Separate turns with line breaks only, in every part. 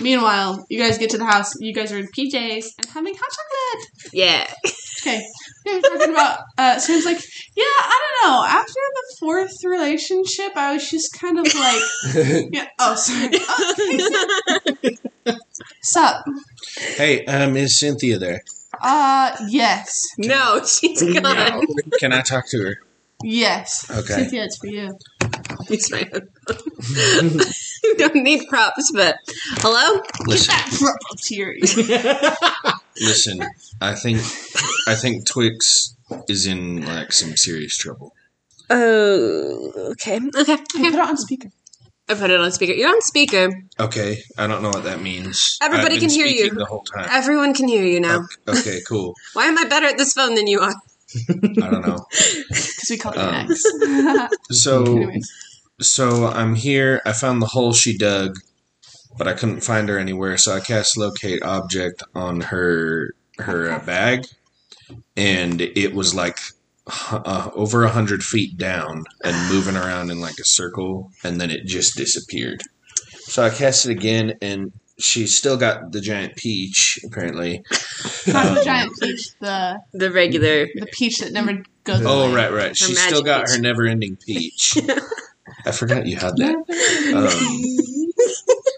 Meanwhile, you guys get to the house. You guys are in PJs and having hot chocolate.
Yeah.
Okay, we were talking about. Uh, so it's like, yeah, I don't know. After the fourth relationship, I was just kind of like, yeah. Oh, sorry. Oh, okay, so- Sup?
Hey, um, is Cynthia there?
Uh, yes,
No, she's gone.
Can I talk to her?
yes.
Okay.
Cynthia, it's for you.
It's my own. you don't need props, but hello?
Listen,
That brought to your ear.
listen. I think, I think Twix is in like some serious trouble.
Oh, okay. Okay.
Put it on speaker.
I put it on speaker. You're on speaker.
Okay, I don't know what that means.
Everybody
I've been
can hear
speaking
you.
the whole time.
Everyone can hear you now.
Okay, cool.
Why am I better at this phone than you are?
I don't know.
Because we call it
Um,
next.
So,
Anyways.
so I'm here. I found the hole she dug, but I couldn't find her anywhere. So I cast locate object on her her uh, bag, and it was like hu- uh, over a hundred feet down and moving around in like a circle, and then it just disappeared. So I cast it again, and she's still got the giant peach apparently.
Not the
Um,
giant peach, the
The regular.
the peach that never goes.
Oh
away.
right, right. She's still
magic
got
peach.
her never-ending peach. I forgot you had that. Um,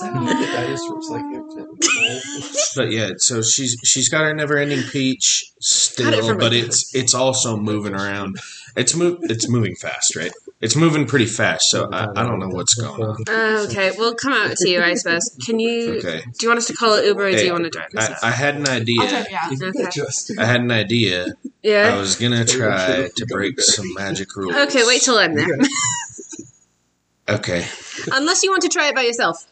Dinosaurs like it.
But yeah, so she's she's got her never-ending peach still,
Got it from
but
a-
it's it's also moving around. It's move it's moving fast, right? It's moving pretty fast, so I, I don't know what's going on.
Uh, okay, we'll come out to you, I suppose. Can you.
Okay,
Do you want us to call it Uber or do
Hey,
you want to drive
I,
us
I had an
I'll tell
idea.
you, yeah.
Okay.
Justin.
I had an idea. I
Yeah?
was gonna try to break some magic rules.
Okay, wait till I'm there.
Okay.
Unless you want to try it by yourself.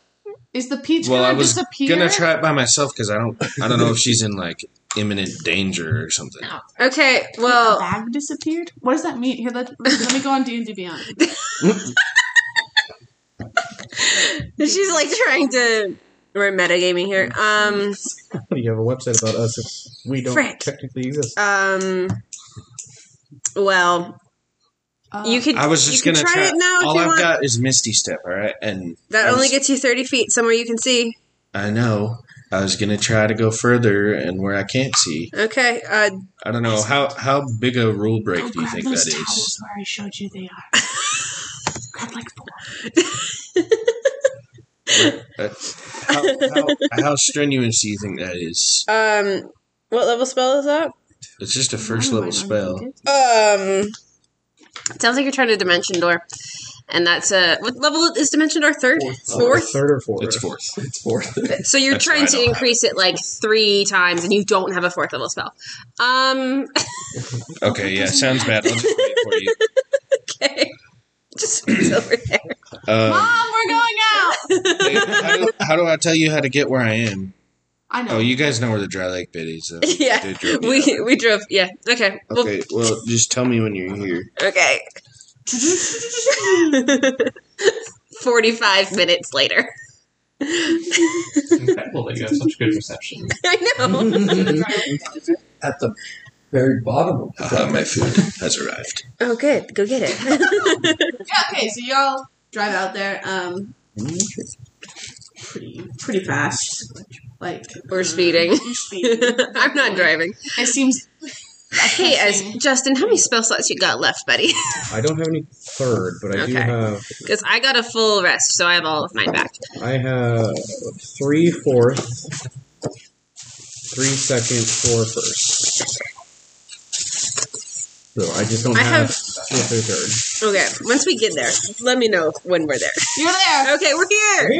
Is the peach
Well, I
gonna
was
disappear?
gonna try it by myself because I don't I don't know if she's in like imminent danger or something.
Okay,
The
well,
bag disappeared. What does that mean? Here, let, let me go on D and D Beyond.
she's like trying to. We're metagaming here. Um,
You have a website about us. If we don't
Frick.
technically exist.
um, well,
Uh,
you could.
I was just
you
gonna
could try,
try.
it now if
All
you
I've
want.
got is Misty Step, all right, and
that
I
only
was-
gets you thirty feet somewhere you can see.
I know. I was gonna try to go further and where I can't see.
Okay. Uh,
I don't know how how big a rule
go
break do you
grab
think that
those
is?
towels where I showed you they are. grab like four.
Uh, How, how, how strenuous do you think that is?
um, what level spell is that?
It's just a first
Why am I
level
not
spell.
thinking?
Um, it sounds like you're trying to dimension door, and that's a what level is dimension door? Third, fourth.
Third or fourth?
It's fourth.
It's fourth.
So you're
That's
trying
why I
to
don't have
increase it like three times, and you don't have a fourth level spell. Um,
Okay, yeah, sounds bad. I'll just wait for you.
okay. Just it's over there.
Um,
Mom, we're going out.
how, do, how do I tell you how to get where I am?
I know.
Oh, you guys know where the Dry Lake Bit is. Though.
Yeah,
They drove me
We
out.
we drove. Yeah. Okay. Well,
Okay, well, just tell me when you're here.
okay. Forty-five minutes later.
Incredible that you have such good reception.
I know.
At the very bottom of the
Uh, my food has arrived.
Oh, good. Go get it.
yeah, okay, so y'all drive out there. Um, pretty pretty fast. Like
We're speeding.
We're speeding.
I'm not driving.
It seems.
Hey, as Justin, how many spell slots you got left, buddy?
I don't have any third, but I do
Okay.
have.
Because I got a full rest, so I have all of mine back.
I have three fourth, three second, four first. So I just don't
I
have,
have-
fourth or third.
Okay. Once we get there, let me know when we're there.
You're there.
Okay, we're here.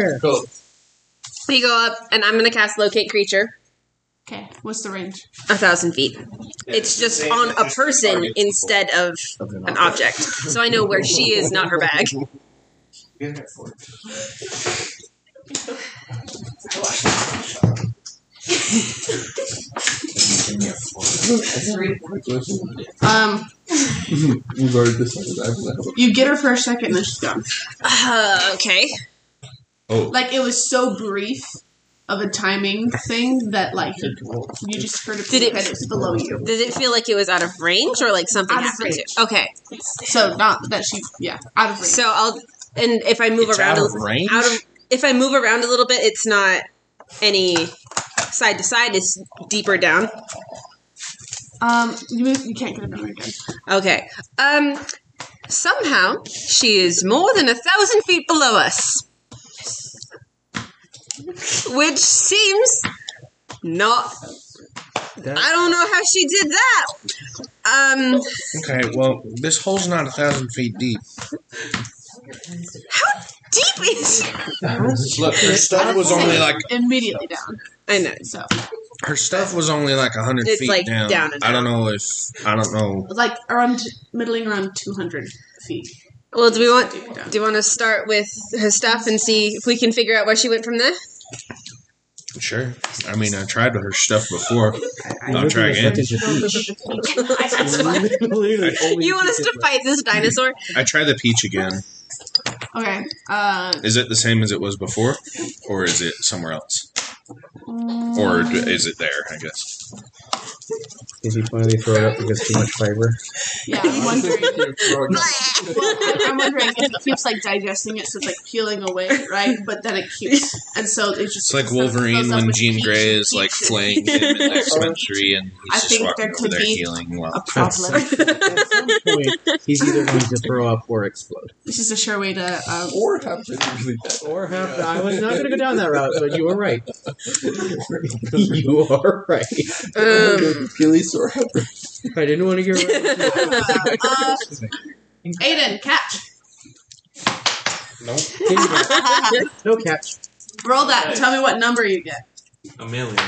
Here.
Cool.
We go up, and I'm gonna cast locate creature
Okay, what's the range?
a thousand feet. It's just on a person instead of an object, so I know where she is, not her bag.
Um,
You've already decided I've left.
you get her for a second, and then she's gone.
Uh, okay.
Oh,
Like it was so brief of a timing thing that like you, you just heard it.
Did it-
and was below you?
Did it feel like it was out of range or like something
Out of
happened
range.
to? Okay,
So not that she. Yeah, out of range.
so I'll and if I move
it's
around
out
a-
of range.
out of if I move around a little bit, it's not any side to side. It's deeper down.
Um, you, move, you can't get around again.
Okay. Um, somehow she is more than a thousand feet below us, which seems not.
That-
I don't know how she did that. Um,
Okay, well, this hole's not a thousand feet deep.
deep is.
Look, her stuff was only like
immediately down.
I know.
So
her stuff was only like a hundred
It's
feet
like
down.
down and
I don't know if I don't know.
like around middling around two hundred feet.
Well, do we want?
down.
Do you want to start with her stuff and see if we can figure out where she went from there?
Sure, I mean I tried her stuff before.
Literally
I'll try
as
again.
much as your peach. Literally only
You want us to fight this dinosaur?
I tried the peach again.
Okay. Uh,
Is it the same as it was before, or is it somewhere else, or d- is it there? I guess.
Did he finally throw it up because too much fiber?
yeah, I'm wondering.
Blah.
I'm wondering if it keeps like digesting it, so it's like peeling away, right? But then it keeps, and so it just
It's like Wolverine
fills up
when
with
Jean
peach
Grey
and
is like
peach and-
flaying him in the
Oh.
cemetery, and he's
I
just
think
walking
there
over
could
there
be
healing.
a
Well,
problem.
At some point, he's either going to throw up or explode.
this is a sure way to. Um,
Or have been really bad.
Or have I was not going to go down that route, but you were right. you are right.
Um,
Achilles or
I didn't want to get right.
uh, Aiden, catch!
nope.
no catch.
Roll that. and Tell me what number you get.
A million.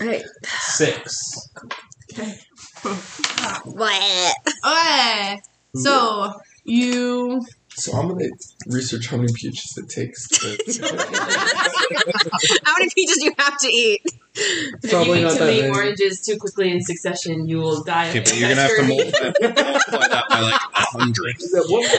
Alright.
Six.
What?
Okay. So you
So I'm gonna research how many peaches it takes. To...
How many peaches do you have to eat?
If you
Probably
eat
not
too
that
many
many.
oranges too quickly in succession, you will die. of
Okay, but you're gonna have to multiply, multiply that by like a hundred.
at, what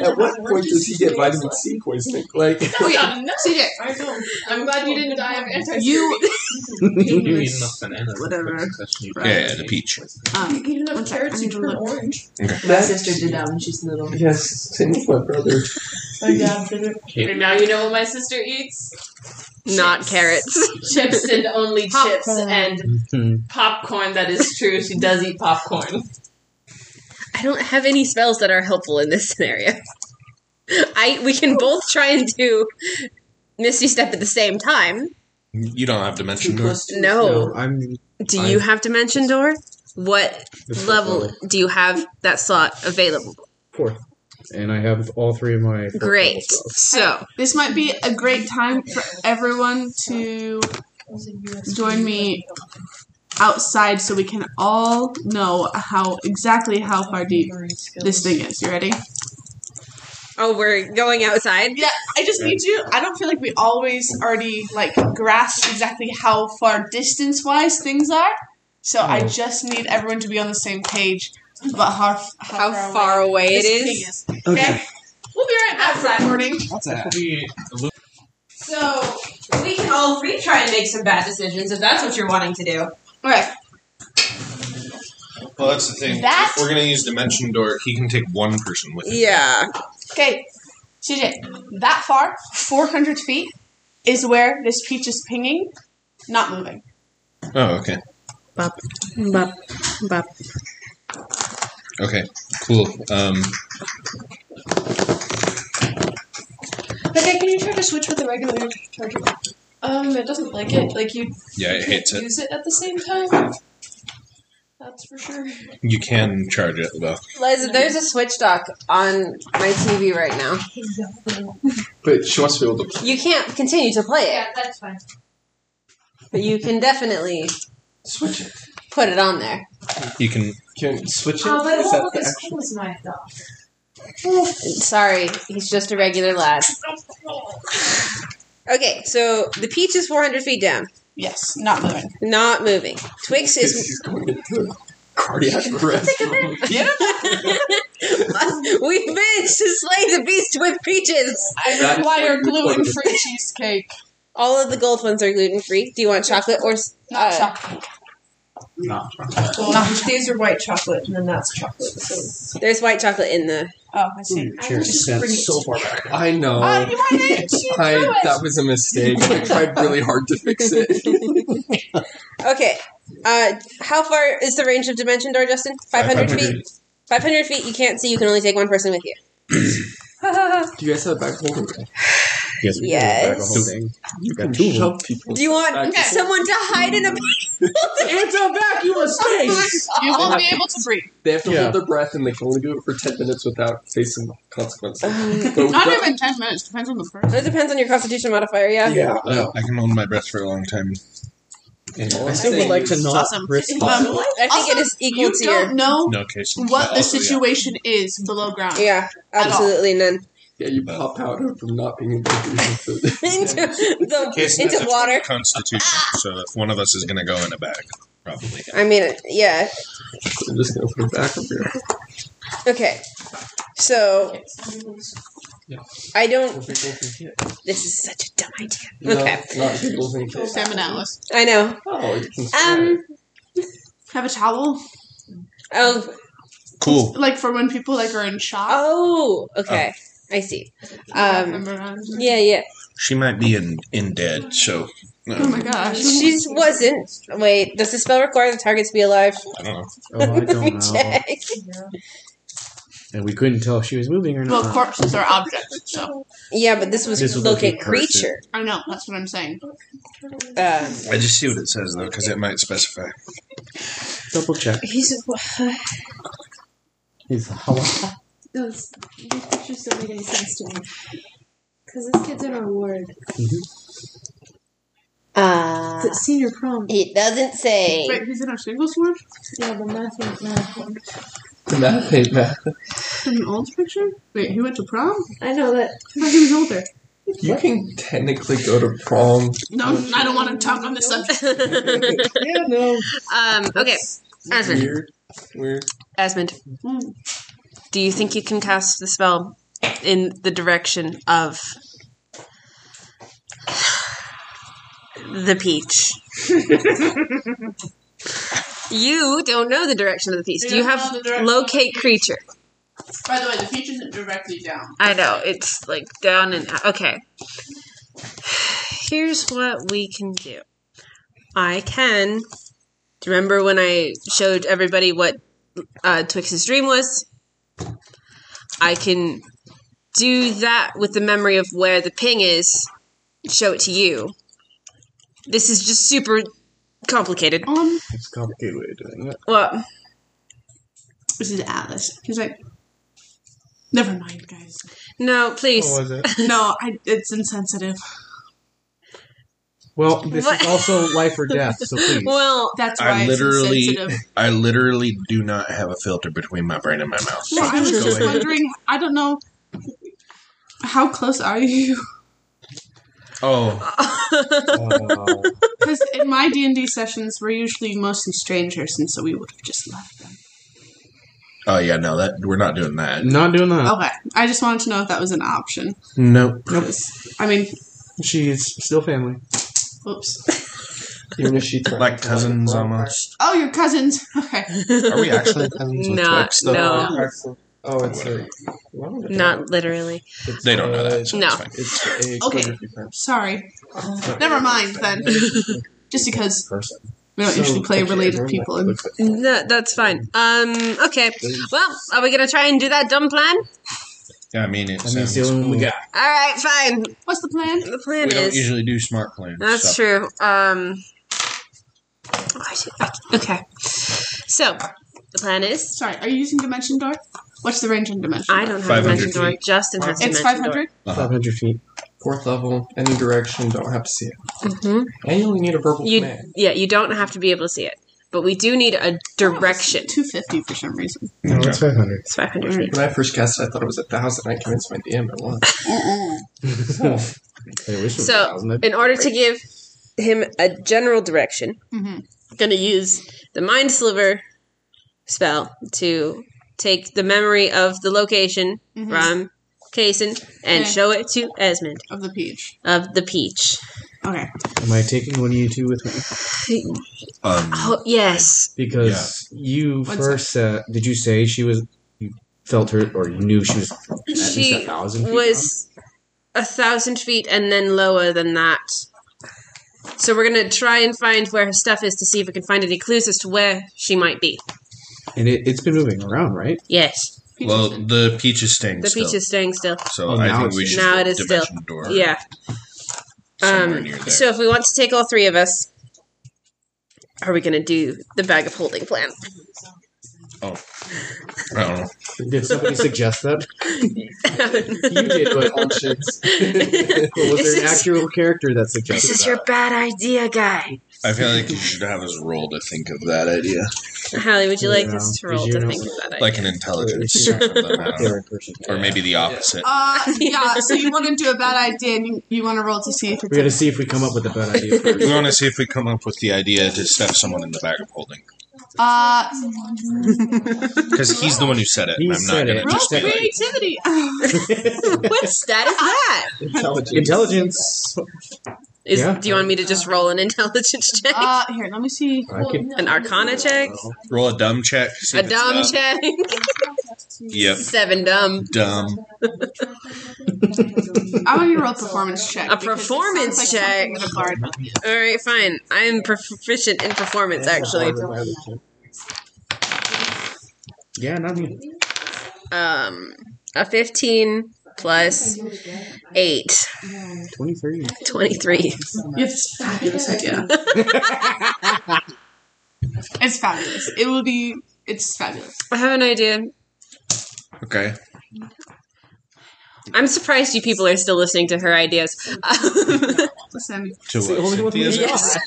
at what point does he get vitamin C poisoning? Like,
Oh,
okay, CJ.
I'm glad you didn't die of anti
You
You eat enough bananas.
Whatever.
Yeah, yeah, the peach.
um,
You
one sec, I need to look.
orange. My sister
that's,
did that when she's little.
yes, same with my brother.
My dad did it. And now you know what my sister eats?
Not carrots.
Chips and only chips
Popcorn.
and popcorn. That is true. She does eat popcorn.
I don't have any spells that are helpful in this scenario. I we can both try and do Misty Step at the same time.
You don't have to mention her.
No,
No.
I'm
Do you have Dimension Door? What
It's
level do you have that slot available?
fourth, and I have all three of my. fourth level
Great.
spells.
So
This might be a great time for everyone to join me outside so we can all know how exactly how far deep this thing is. You ready?
Oh, we're going outside?
Yeah, I just need you. I don't feel like we always already like grasp exactly how far distance wise things are. So I just need everyone to be on the same page about how f-
How far away it
this
is?
thing is. Okay. We'll be right back for that morning.
So we can all three try and make some bad decisions if that's what you're wanting to do.
Okay.
Well, that's the thing.
That-
If we're gonna use dimension door. He can take one person with him.
Yeah.
Okay, CJ, that far, 400 feet, is where this peach is pinging, not moving.
Oh, okay.
Bop, bop, bop.
Okay. Cool. Um,
Okay, can you try to switch with the regular charger? Um, it doesn't like it. Like you
yeah, it hits it.
use it at the same time. That's for sure.
You can charge it though.
Liza, there's a switch dock on my TV right now.
But she wants to be able to.
You can't continue to play it,
Yeah, that's fine.
but you can definitely
Switch it.
put it on there.
You can.
Can you switch it?
Oh, but it
Is
won't
that
look
the
as
action?
cool as my dog.
Sorry, he's just a regular lad. Okay, so the peach is 400 feet down,
Yes, not moving.
not moving. Twix is.
She's going into a cardiac arrest.
we managed to slay the beast with peaches.
I require gluten free cheesecake,
All of the gold ones are gluten free. Do you want chocolate or s-
not
uh,
chocolate.
Not chocolate.
Well, these are white chocolate, and then that's chocolate. So.
There's white chocolate in the.
Oh, I see.
Ooh, Cherry scents.
so far back. I know.
Uh, you might need to
I
do it.
that was a mistake. I tried really hard to fix it.
Okay. Uh, how far is the range of dimension door, Justin? 500 feet? 500 feet, you can't see, you can only take one person with you.
Do you guys have a back hole?
Yes. we
Yes.
can go back a whole thing.
You
got
can
two of them.
shove people.
Do you want
Okay.
someone to hide in a.
It's a vacuum of space.
You won't be able to breathe.
They have to
Yeah.
hold their breath, and they can only do it for ten minutes without facing consequences.
Um,
But
Not
that-
even 10 minutes, depends on the person.
it depends on your constitution modifier, yeah?
yeah.
Uh, I can hold my breath for a long time. And
All I'm
I still would
saying
like
is-
to not
Awesome.
risk.
Um,
I think
Also,
it is equal
you
to your.
don't know
no case.
what the situation is below ground.
Yeah,
At all.
absolutely none.
Yeah, you pop out from not being able to do it.
into the,
Case
into water. Ah!
Constitution. So if one of us is going to go in a bag, probably.
I mean, yeah.
So I'm just gonna put it back up here.
Okay. So I don't.
People think it.
This is such a dumb idea.
No,
Okay.
Not people think it.
Sam and Alice.
I know.
Oh, you can try it.
Um.
Have a towel,
Oh.
Cool.
like for when people like are in shock.
Oh. Okay. I see.
Wrap
Um.
them around.
Yeah. Yeah.
She might be in, in dead, so. uh,
Oh my gosh.
She wasn't. Wait. Does the spell require the targets be alive?
I don't know.
Oh, I
Let me
don't know.
check.
And we couldn't tell if she was moving or not.
Well, corpses are objects, so
Yeah, but this was
This was
locate
locate
creature.
I know that's what I'm saying.
Um.
I just see what it says, though, because it might specify.
Double check.
He's
He's a hello.
Those these pictures don't make any sense to me. Because this kid's in our ward.
Uh,
It's at senior prom.
it doesn't say.
Wait, he's in our singles ward?
Yeah, the math ain't math.
The math ain't math.
In an old picture? Wait, he went to prom?
I know that.
I thought he was older.
You can technically go to prom.
No, I don't want to talk on this subject.
Yeah, no.
um. Okay. Asmund.
Weird. Weird.
Asmund.
Mm.
Do you think you can cast the spell in the direction of the peach? you don't know the direction of the peach. Do you
don't
have
know the direction.
locate creature?
By the way, the peach isn't directly down.
I know it's like down and okay. Here's what we can do. I can. Do you remember when I showed everybody what uh, Twix's dream was? I can do that with the memory of where the ping is. Show it to you. This is just super complicated.
Um,
It's a complicated way of doing it.
Well,
this is Alice. He's like, never mind, guys.
no, please.
Oh,
What was it?
No, I, it's insensitive.
Well, this is
What?
also life or death, so please.
Well,
That's why
I literally-
it's insensitive.
I literally do not have a filter between my brain and my mouth.
No, I was
Go
just
ahead.
wondering. I don't know. How close are you?
Oh,
Oh.
Because in my D and D sessions, we're usually mostly strangers, and so we would have just left them.
oh yeah, no, that we're not doing that.
not doing
Oh.
that.
Okay, I just wanted to know if that was an option.
Nope.
I mean,
She is still family.
oops.
Even if she tried
Like
to find
cousins
a prom.
almost.
Oh, your cousins. Okay,
Are we actually cousins with
Not-
Twix?
No.
though?
No.
Oh, it's a. well, I don't know.
not literally.
It's
They don't know that. So
No.
It's fine.
It's a
Okay.
calligraphy friend.
sorry. Never mind then. Just because
Person.
we don't
So,
usually play
okay,
related
everyone
people,
like
and
looks like-
No, that's fine. Um, okay. Well, are we gonna try and do that dumb plan?
Yeah, I mean, it
I mean, it's
sounds
the only one we
cool.
got.
All right, fine.
what's the plan?
The
We
plan
don't
is
usually do smart plans.
that's
so-
true. Um, I should- I- okay. So the plan is
Sorry, are you using dimension door? What's the range on dimension?
I
Door?
don't have dimension
500
door.
feet.
Justin
It's
has Uh, dimension
five hundred.
Oh.
Uh-huh.
500 feet.
Fourth level, any direction, don't have to see it.
door.
And you only need a verbal
Mm-hmm. You-
command.
Yeah, you don't have to be able to see it, but we do need a direction.
Two fifty for some reason.
No, it's 500.
It's five hundred feet.
When I first cast it, I thought it was a thousand. I convinced my DM it was.
So in order to give him a general direction,
Mm-hmm.
gonna use the mind sliver spell to take the memory of the location
Mhm.
from Kason and
Okay.
show it to Esmond
Of the peach.
of the peach.
Okay.
Am I taking one of you two with me?
Um,
Oh yes.
Because you
One
first uh, did you say she was you felt her or you knew she was at least
She
a thousand feet
was a thousand feet and then lower than that. So we're gonna try and find where her stuff is to see if we can find any clues as to where she might be.
down? and it, it's been moving around, right?
Yes.
well, the peach is staying
The
still.
peach is staying still.
So
Oh,
I
now
think
it's-
we should
Now it is
dimension
still-
door
Yeah.
somewhere
Um,
near there.
so if we want to take all three of us, are we gonna do the bag of holding plan?
I don't know.
Did somebody suggest that? You did, but but was
This
there
is-
an actual character that suggested
this is
that?
your bad idea, guy.
I feel like you should have us roll to think of that idea,
Hallie, would you like
Yeah.
us to roll
Did you
to
know-
think of that idea?
like an intelligence,
Sure.
or, something, I don't know.
They're in person.
or maybe the opposite.
Uh, yeah, so you want to do a bad idea and you, you want to roll to see if
We got to
it's.
see if we come up with a better idea.
We want to see if we come up with the idea to stuff someone in the back of holding
Uh,
because he's the one who said it.
He
and I'm not
said
going
it.
to
roll
just be like,
creativity!
What stat is that?
Intelligence.
Intelligence.
Is
Yeah.
do you want me to just roll an intelligence check,
uh, here, let me see.
I could,
an Arcana check,
roll a dumb check, see
a
if it's
dumb check,
Yep,
seven dumb?
um,
dumb.
I want you to roll a performance check.
A
because it sounds
performance
like
check.
something that a bard would do.
All right, fine. I am proficient in performance, actually.
yeah, not me.
Um, a fifteen plus eight,
23.
23.
You have this fabulous idea. It's fabulous. It will be. It's fabulous.
I have an idea.
Okay,
I'm surprised you people are still listening to her ideas. Um,
Listen,
to
the
what
only one we
Cynthia's
got.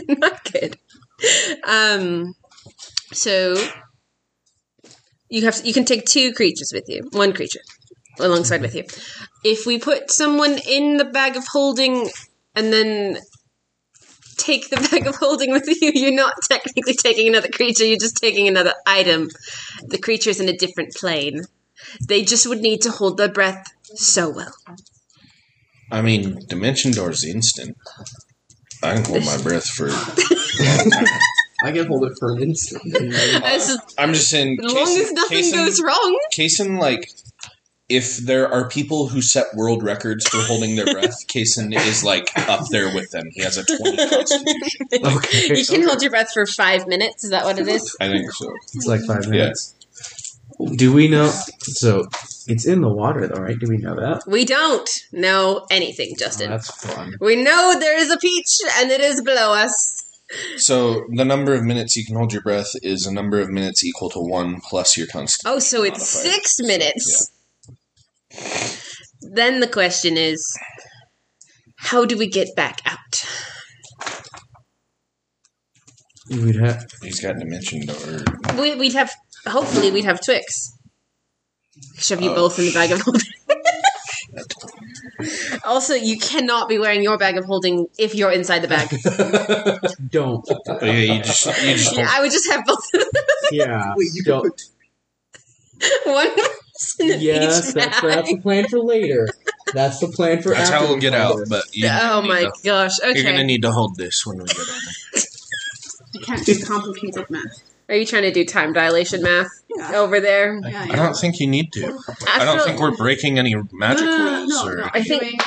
yes. Not good. Um, so you have you can take two creatures with you, one creature alongside with you. If we put someone in the bag of holding and then take the bag of holding with you, you're not technically taking another creature. You're just taking another item. The creature is in a different plane. They just would need to hold their breath so well.
I mean, dimension door's instant. I can hold my breath for.
I can hold it for an instant.
As, as
I'm just saying.
long as
Kason-
nothing
Kason-
goes wrong.
Kason, like, if there are people who set world records for holding their breath, Kason is like up there with them. He has a 20 constitution.
Okay.
you can hold your breath for five minutes. Is that what it is?
I think so.
It's like five minutes. Do we know? So it's in the water, though, right? Do we know that?
We don't know anything,
Oh,
Justin.
that's fun.
we know there is a peach and it is below us.
So the number of minutes you can hold your breath is a number of minutes equal to one plus your constitution.
Oh, so it's
Modifier.
six minutes. Then the question is how do we get back out?
We would have.
He's got dimension door.
We, we'd have, hopefully, we'd have Twix. Shove you
Oh.
both in the bag of holding. also, you cannot be wearing your bag of holding if you're inside the bag.
Don't.
But Oh, yeah, you just you just hold-
I would just have both
Yeah.
Wait, you can
Don't.
put
one person in
Yes,
each
that's,
bag.
that's the plan for later. That's the plan for
that's
after
how we'll
we
get
follow
out.
this.
But you,
oh my gosh.
you're gonna
Okay.
need to hold this when we get out.
you can't do complicated math.
Are you trying to do time dilation math
Yeah.
over there?
Yeah,
I don't think you need to. I don't
feel-
think we're breaking any magic
no, no, no,
rules.
no,
or...
no.
I think-
Doing-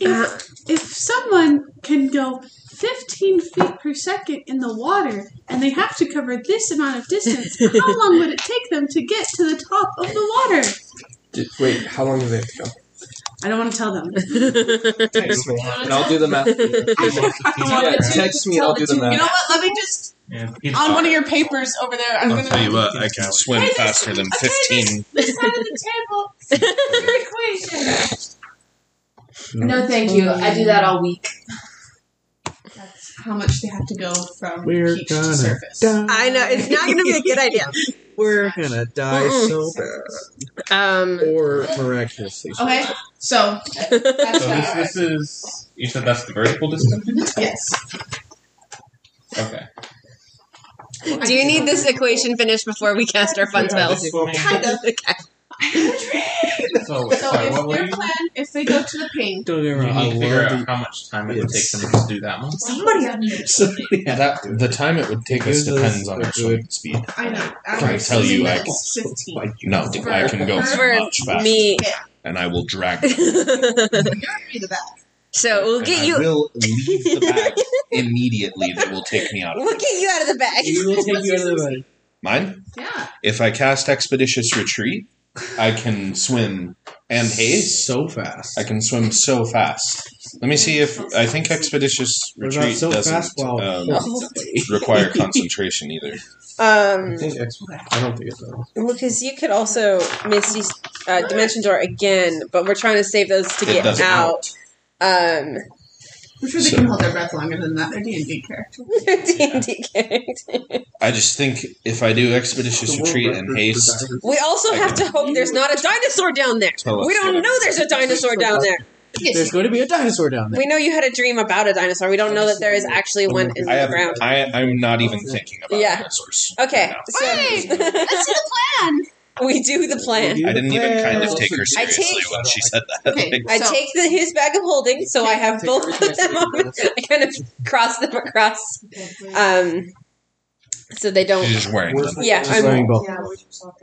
if, if someone can go 15 feet per second in the water and they have to cover this amount of distance, how long would it take them to get to the top of the water?
Did, wait, how long do they have to go?
I don't want to tell them.
Text me, and I'll do the math. yeah, text me, and I'll do the
You know
math.
what? Let me just
And peach
on one
pie.
of your papers over there. I'm
I'll
gonna
tell you what, I can swim faster than 15.
this side of the table. is your equation.
No, thank you. I do that all week.
That's how much they have to go from
We're
peach to
gonna
surface.
die.
I know it's not going to be a good idea.
We're gonna die
Mm-mm.
so bad.
Um,
Or miraculously.
Okay, so
So
that's
this,
that.
this is. You said that's the vertical distance?
Yes.
Okay.
do you need this equation finished before we cast our fun spells?
Well,
Okay.
So,
So
Oh, sorry, what
if
were
their
you?
plan, if they go to the pink,
Don't get me
You
wrong. I
need to figure
love
out
the.
how much time it would take
Yes.
them to do that one.
Somebody on here.
Somebody had
That,
to do
the
it.
time it would take us
Uses
depends on
are
our
good.
swimming speed.
I know.
I tell you, I-
it's fifteen.
Like,
No, I can go
For
much faster,
me.
and I will drag.
so
You're the best.
we'll
and
get
I
you.
will leave the bag immediately. That will take me out of
We'll
it.
get you out of the bag.
We will take you out of the way.
Mine.
Yeah.
If I cast expeditious retreat, I can swim and haze.
so fast.
I can swim so fast. Let me see if I think expeditious
What about
retreat
so fast
doesn't
while
um,
Hopefully.
require concentration either.
I
Um,
think it's- I don't think it does.
Lucas, you could also Misty uh, Dimension Door again, but we're trying to save those to
It
get
doesn't
out. Um,
I'm sure they
So-
can hold their breath longer than that. They're D and D characters.
D&D character.
I just think if I do expeditious retreat and haste,
We also
I
have to hope there's not a dinosaur down there.
Tell us
We don't
what-
know there's a dinosaur down there.
There's going to be a dinosaur down there.
We know you had a dream about a dinosaur. We don't know that there is actually one in
I
the
have.
ground.
I, I'm not even thinking about
Yeah.
dinosaurs.
Okay, so
right now.
Wait, Let's do the plan.
we do the plan.
We do
I didn't even kind of
Well,
take her
I take-
seriously when she said that.
Okay.
Like,
I
So-
take the, his bag of holding, so I have
Take
both
everything
of them
I take
on.
with
I kind of cross them across, um, so they
she's
don't.
just wearing
Where's
them.
my-
Yeah,
just
I'm-
wearing both.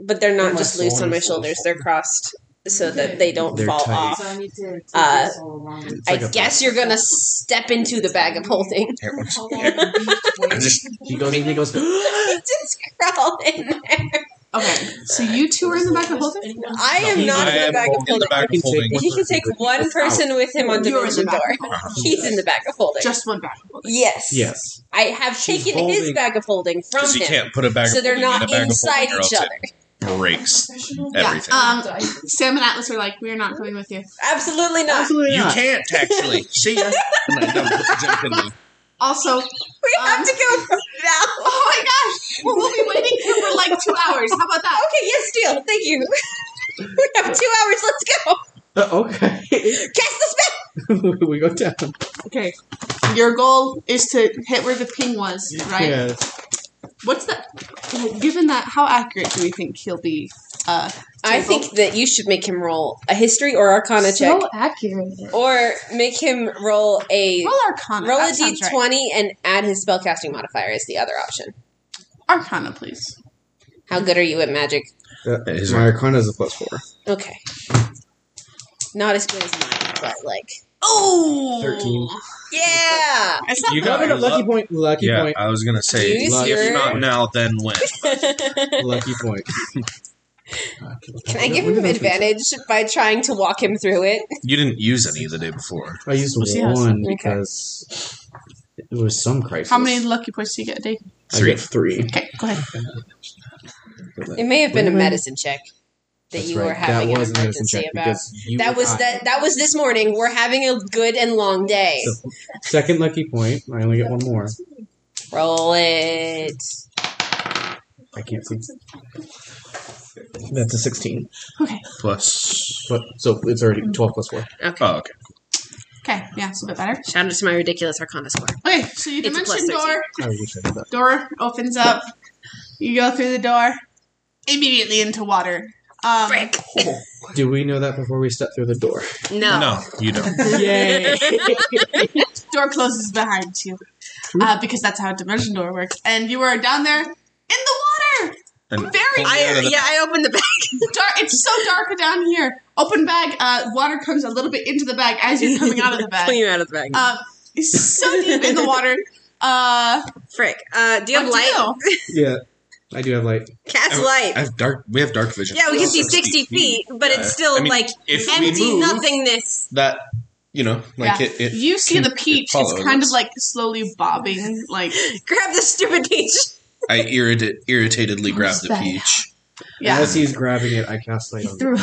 But they're not
My
just loose on my shoulders; they're crossed, so that they don't
They're
fall
tight.
off.
So I need to take
Uh,
this all along.
It's
I
like a-
guess you're gonna step into the bag of holding.
Here, what's-
Hold
here.
on.
I just
He goes and he goes.
just crawl in there.
Okay. So you two are in the back of the whole thing.
I am not
I
in the
am
bag of
in
holding.
the bag
I can take
of holding.
one
He can
person
take
with me.
one person with him on
Oh, You're in the
dimension
back.
door.
of the whole thing.
He's in the bag of holding.
Just one back. of the whole thing.
Yes.
Yes.
I have
She's
taken his
holding-
bag of holding from
Because you
him.
can't put a bag
So
of
they're
holding in
not
a bag of
inside
holding or
each
else
other. Uh,
it breaks everything.
Yeah. Um. Sam and Atlas are like, we are not coming with you.
Absolutely not.
Absolutely
you
not.
can't actually. See ya. And I jump, jump in the-
Also,
We have
Um,
to go from now.
oh my gosh, well, we'll be waiting here for like two hours. How about that?
Okay, yes, deal. Thank you. we have two hours. Let's go.
Uh, okay.
Cast the spell.
we go down.
Okay. Your goal is to hit where the ping was, right?
Yes.
What's that? like, Given that, how accurate do we think he'll be? Uh,
I think that you should make him roll a history or arcana
so
check,
accurate.
or make him roll a
roll Arcana.
roll a
that sounds
d20
Right.
and add his spellcasting modifier is the other option.
Arcana, please.
How good are you at magic?
That, my arcana is a plus four.
Okay. Not as good as mine, but like,
Oh,
13.
yeah.
It's not
You
No,
got
no, no, lucky point. Lucky
yeah,
point.
I was gonna say,
Use
if
your-
not now, then when?
Can
Lucky point.
I give him advantage by trying to walk him through it?
You didn't use any the day before.
I used
We'll see how it's-
one
okay.
because it was some crisis.
how many lucky points do you get, Dave?
I get three.
Okay, go ahead.
It may have been a
Mm-hmm.
Women-
medicine check that
That's
you
right.
were having
that
an
was an innocent
emergency
check
about.
because you
That
were
was
not.
that. That was this morning. We're having a good and long day.
So, second lucky point. I only get one more.
Roll it.
I can't see. That's a sixteen.
Plus,
But so it's already twelve plus four.
Okay.
oh, okay.
Okay, yeah, it's a bit better.
Shout out to my ridiculous Arcana score.
Okay, so you
It's a plus
dimension
13.
door.
I wish I did that.
Door opens up. You go through the door immediately into water. Um,
Frick.
Do we know that before we step through the door?
No.
No, you don't.
Yay!
door closes behind you uh, because that's how a dimension door works. And you are down there in the water.
And
Very
pull me out
I
of the-
yeah. I opened the bag.
Dark. It's so dark down here. Open bag. Uh, water comes a little bit into the bag as you're coming out of the bag.
you out of the bag.
Um, it's so deep in the water. Uh,
Frick. Uh, do you have
what
light?
do?
yeah, I do have light.
Cast
I-
light.
I have dark. We have dark vision.
yeah, we can see
So
sixty feet, but
Yeah.
it's still
I mean,
like
If we
empty
move,
nothingness.
that you know, like
Yeah.
it, it.
You see
can-
the
it
peach. It's
follows.
kind of like slowly bobbing. Like
Grab the stupid peach.
I irrita- irritatedly grab
What's
the
that?
peach.
yeah.
As he's grabbing it, I cast light on it.
Through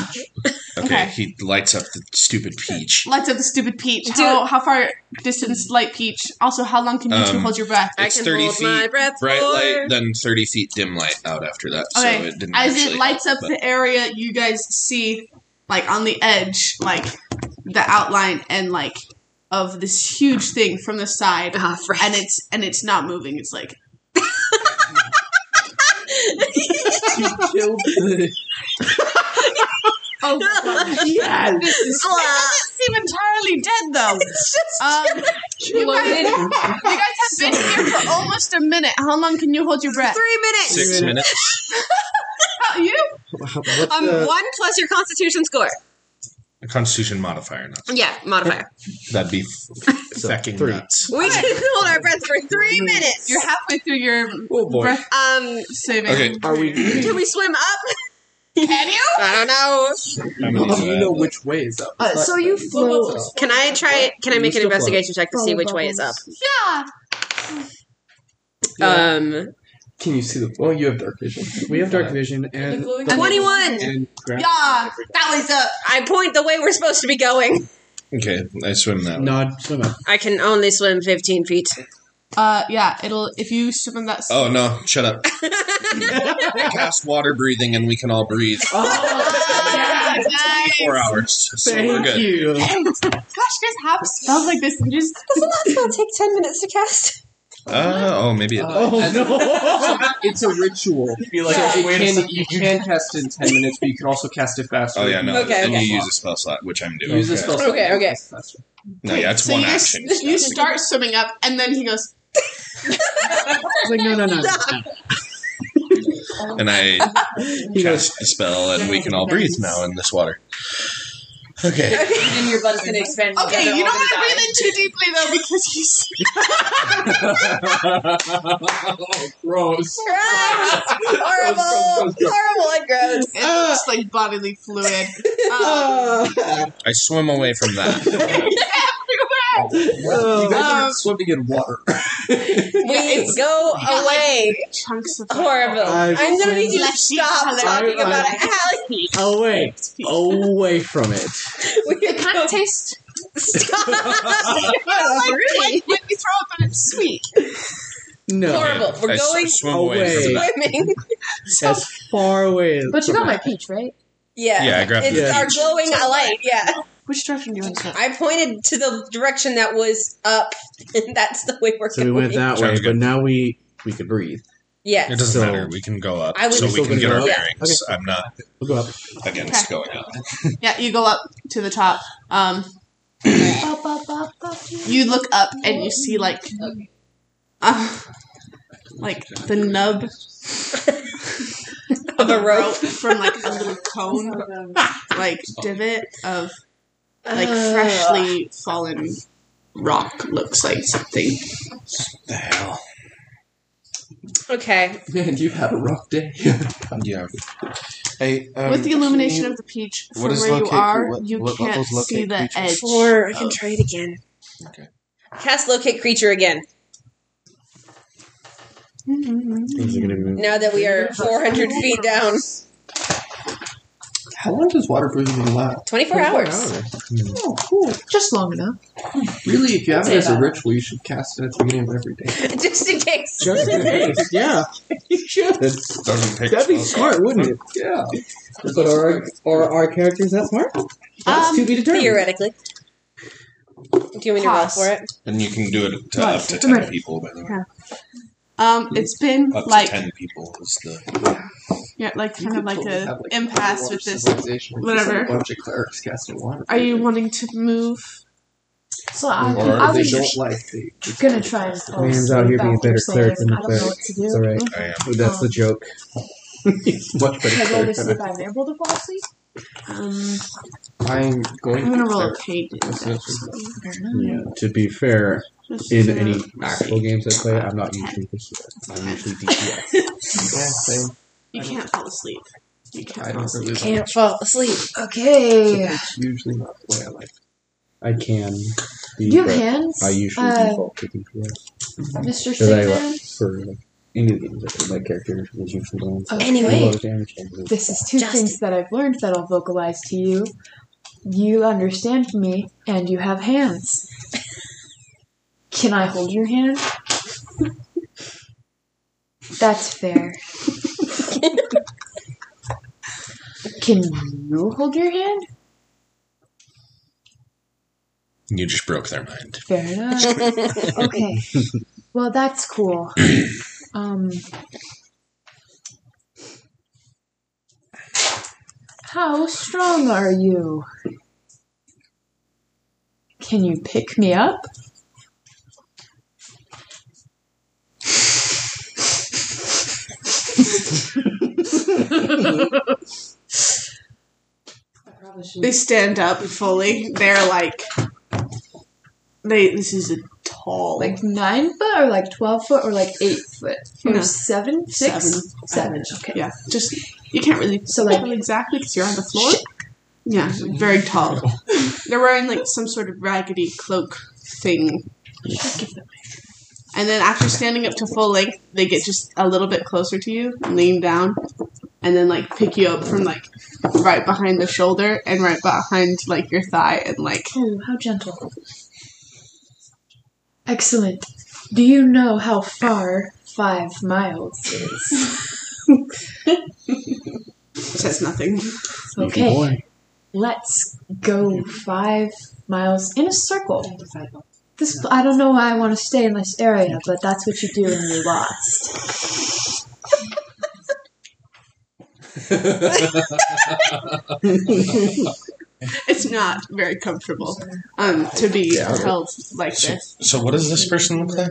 Okay,
Okay.
he lights up the stupid peach.
Lights up the stupid peach.
Dude.
How, how far distance light peach? Also, how long can you two
Um,
hold your breath?
I
It's
can
30
hold my
feet,
breath
Bright
for
light, then thirty feet dim light out after that. So
Okay,
it didn't.
As it
actually-
lights up
but-
the area, you guys see, like on the edge, like the outline and like of this huge thing from the side,
Ah, frick.
and it's and it's not moving. It's like
Killed the-
Oh, my God. yes.
seem entirely dead though.
Um, you, guys, you guys have been here for almost a minute. How long can you hold your breath?
Three minutes.
Six minutes.
How- you?
What's uh,
Um,
the-
one plus your Constitution score.
A constitution modifier, not
Yeah, modifier.
that'd be f- fucking
three.
nuts.
We can hold our breath for three minutes.
You're halfway through your
Oh boy.
breath
Um,
saving.
Okay.
Are we? Do
can we swim up?
Can you?
I don't know.
you know which way is up?
Uh, so you float.
Can I try it? Can I make an
Still
investigation check to see
Follow
which way is up?
Yeah.
Yeah.
Um,
Can you see the? Well, you have dark vision. We have dark vision and
glowing
the-
light.
twenty-one.
and gra-
Yeah.
That was up. I point the way we're supposed to be going.
Okay, I swim that way.
nod swim up.
I can only swim fifteen feet.
Uh, yeah. It'll if you swim in that. s-
Oh no! Shut up. Cast water breathing, and we can all breathe.
Oh.
Yeah, nice.
Four hours, so we're good.
you.
Gosh, you guys have spells like this and just
Doesn't that spell take ten minutes to cast?
Uh, oh, maybe it.
Oh no!
it's a ritual. Be like,
Yeah.
it
Wait
a
can-
second.
you can cast it in ten minutes, but you can also cast it faster.
oh yeah, no.
Okay,
and
okay.
you use a spell slot, which I'm doing.
Use this spell. slot.
Okay, okay.
Faster.
No, yeah, it's
so
one
you guys
action.
you start swimming up and then he goes.
It's like no, no, no. no.
and I
He goes.
cast the spell, and we can all breathe now in this water. Okay.
And your blood's gonna expand.
Okay, you don't want to breathe in too deeply though because he's.
Oh, Gross.
horrible, horrible, and gross.
It's just like bodily fluid. Um,
Uh,
I swim away from that.
oh.
Oh.
You guys are
Um,
swimming in water.
We go away.
chunks of
Horrible.
I've
I'm gonna need you to
Fleshy
stop
colour.
talking
I-
about
I-
Allie.
away, away from it.
It kind of tastes
Stop.
like when you throw up and it's sweet.
No,
Horrible. We're
I s-
going
swim away.
away.
from that.
swimming.
as far away. as-
But you got my peach, right?
Yeah.
Yeah, I grabbed
It's
the
our
peach.
glowing light. Yeah.
Which direction do you want to go?
I pointed to the direction that was up, and that's the way we're
So we
going.
went that way,
Sounds
but
good.
now we we could breathe.
Yes.
It doesn't
So-
matter. We can go up,
I was
so
still
we can
gonna
get
go
our
up.
bearings. I'm not
We'll go up.
against going up.
Yeah, you go up to the top. Um,
Bop, bop, bop, bop, yeah.
you look up and you see like, uh, like the nub
Of a rope.
from like a little cone, like divot of like
Ugh.
freshly fallen rock. Looks like something.
The hell.
Okay.
Man, you've had a rough day.
Yeah. Hey, um,
With the illumination of the peach from
what is
where you
locate-
are,
what-
you
what
can't
levels
see
locate
the
creatures?
edge.
Four. I can try it again.
Okay.
Cast locate creature again.
Things are gonna be-
Now that we are 400 feet down,
How long does water breathing last?
24 hours.
Oh, cool.
Just long enough.
Really, if you have it
Say
as a
that.
ritual, you should cast it at the beginning of every day.
Just in case.
Just in case, yeah. You should.
doesn't take
That'd be smart, wouldn't it?
Yeah.
But are are our characters that smart? That's
Um,
to be determined.
Theoretically. Do you want me to roll
Pause.
for it?
And you can do it to up to ten people, by the way.
Um, it's been
Up
like
to ten people is the
yeah, like
You
kind of
could
like
totally
a
have, like,
impasse
underwater
with this.
civilization with just, like,
whatever.
a bunch of clerics casting water.
Are you
breathing.
wanting to move?
So I,
Or
I
they
was
don't like the.
gonna try and fall
Man's
asleep
out here being a
after
better
saying
cleric than a
I don't know
cleric.
what to
It's
do.
all right.
I am.
That's the joke.
He's much better.
Can I go to
cleric
sleep?
than
I'm able to fall asleep.
Um,
I- I'm going.
I'm gonna
to
roll a
cleric.
paid
That's-
Yeah. To be fair,
just
in
to-
any actual games I play, I'm not usually the hero. I'm usually DPS.
Yeah, same.
You can't fall asleep. You
I
can't fall
don't
asleep.
really like
Can't fall asleep.
Okay.
It's usually not the way I like it.
I can be,
Do you have
but
hands?
I usually
Uh,
default to DPS.
Mr.
Because I uh,
Stickman?
like for like, any of the games I play, my character is usually the one.
Oh,
Anyway.
Low damage and blue.
This is two
Justin.
things that I've learned that I'll vocalize to you. You understand me, and you have hands. Can I hold your hand? That's fair. Can you hold your hand?
You just broke their mind.
Fair enough. Okay. Well, that's cool. Um, How strong are you? Can you pick me up?
They stand up fully. They're like, they. This is a tall,
Like nine foot or like twelve foot or like eight foot? Or
No.
seven? Six?
seven,
Seven, okay.
Yeah, just you can't really so
So, like-
like exactly because you're on the floor. Yeah, very tall. They're wearing like some sort of raggedy cloak thing. And then after standing up to full length, they get just a little bit closer to you, lean down, and then like pick you up from like right behind the shoulder and right behind like your thigh and like
Oh, how gentle. Excellent. Do you know how far five miles is?
says nothing.
Okay. Let's go five miles in a circle. This I don't know why I want to stay in this area, but that's what you do when you're lost.
It's not very comfortable um to be held like this.
So what does this person look like?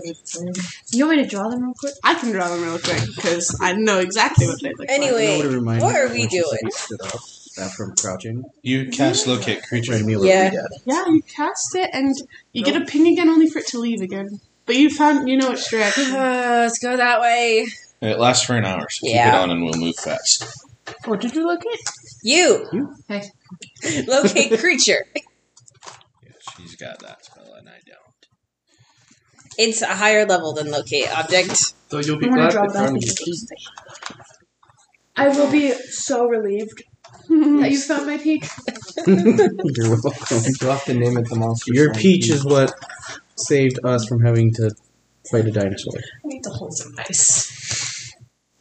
You want me to draw them real quick?
I can draw them real quick because I know exactly what they look like.
Anyway,
Nobody reminded
what
me
are
when
we
she said
doing?
he Stood up after I'm crouching.
You cast locate creature.
Reminded me of
Yeah.
Lily
Yeah, you cast it, and you get a ping again, only for it to leave again. But you found, you know which direction.
Uh, let's go that way.
It lasts for an hour, so keep
Yeah.
it on and we'll move fast.
What did you look at?
You.
Hey.
Locate creature.
Yeah, she's got that spell and I don't.
It's a higher level than locate object.
So you'll be
I'm
glad
gonna draw
that
back
Carmen
into the I will be so relieved that you found my peak.
did. You're welcome.
You'll have to name it the monster.
Your peach is what saved us from having to fight a dinosaur.
need to hold some ice.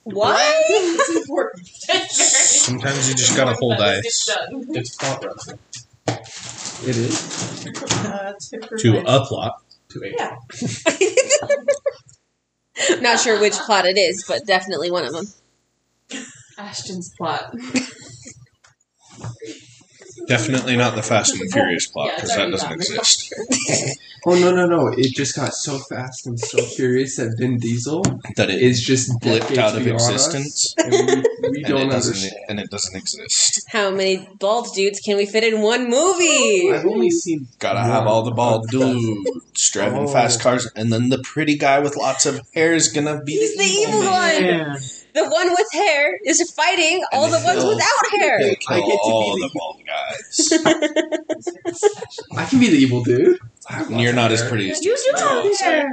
What?
It's important.
Sometimes you just gotta hold
uh,
ice
It's pot roasting.
It is.
to a plot.
To eight.
Yeah.
Not sure which plot it is, but definitely one of them.
Ashton's plot.
Definitely not the Fast and Furious plot
Yeah,
because
sorry,
that doesn't
not.
exist.
Oh no no no! It just got so fast and so furious that Vin Diesel
That it
is just
blipped
decades
out of
beyond us,
existence.
and we, we
and
don't
it doesn't, e,
understand.
and it doesn't exist.
How many bald dudes can we fit in one movie?
I've only seen
Gotta have all the bald dudes driving fast
Oh.
cars, and then the pretty guy with lots of hair is gonna be
He's the evil
man.
one. The one with hair is fighting all
And
the ones
he'll-
without hair.
They kill
I get to be
all
the-
the bald guys.
I can be the evil dude.
And you're not as pretty as
You do have hair.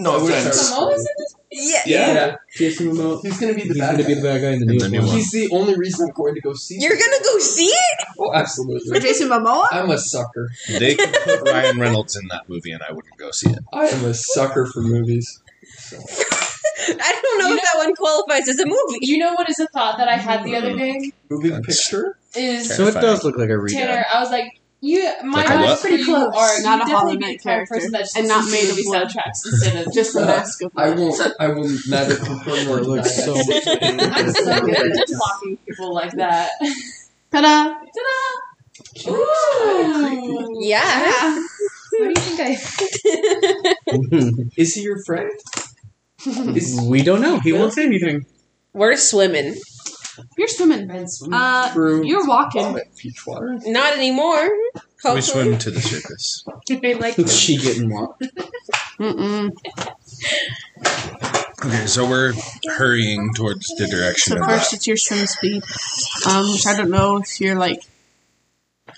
no offense.
Samoa's in this?
Yeah.
Yeah.
Jason Momoa.
He's gonna be the
He's
bad
gonna be
guy.
the bad guy in the
In
new,
the new
one.
one.
He's the only reason I'm going to go see.
You're gonna go see it?
Oh,
For
absolutely.
Jason Momoa?
I'm a sucker.
They could put Ryan Reynolds in that movie, and I wouldn't go see it.
I am a sucker for movies. So.
I don't know
You
if that one qualifies as a movie.
You know what is a thought that I had the other day?
Movie
That's-
picture?
Is
So it does look like a redo.
Tanner, I was like, you, my
Like a
eyes
what?
for you
Pretty close.
are
Not
you
a
definitely
Hollow
be the
Knight
kind of
character.
person that just
And not
listens
made
to
of
movie
wood.
soundtracks instead of
Just the
Uh,
mask of
I
blood.
will. I will neither confirm nor
It looks
deny.
so
it.
much better.
I'm so good at just mocking people like that.
Ta-da!
Ta-da! Ooh.
Yeah.
What do you think I
Is he your friend? Is
we don't know. He won't say anything.
We're swimming.
You're swimming. Uh,
through
you're walking.
vomit peach water?
Not anymore.
We
Hopefully.
swim to the surface.
I like?
she getting walked.
Mm-mm.
Okay, so we're hurrying towards the direction
So
of
first
that.
it's your swim speed, um, which I don't know if you're like...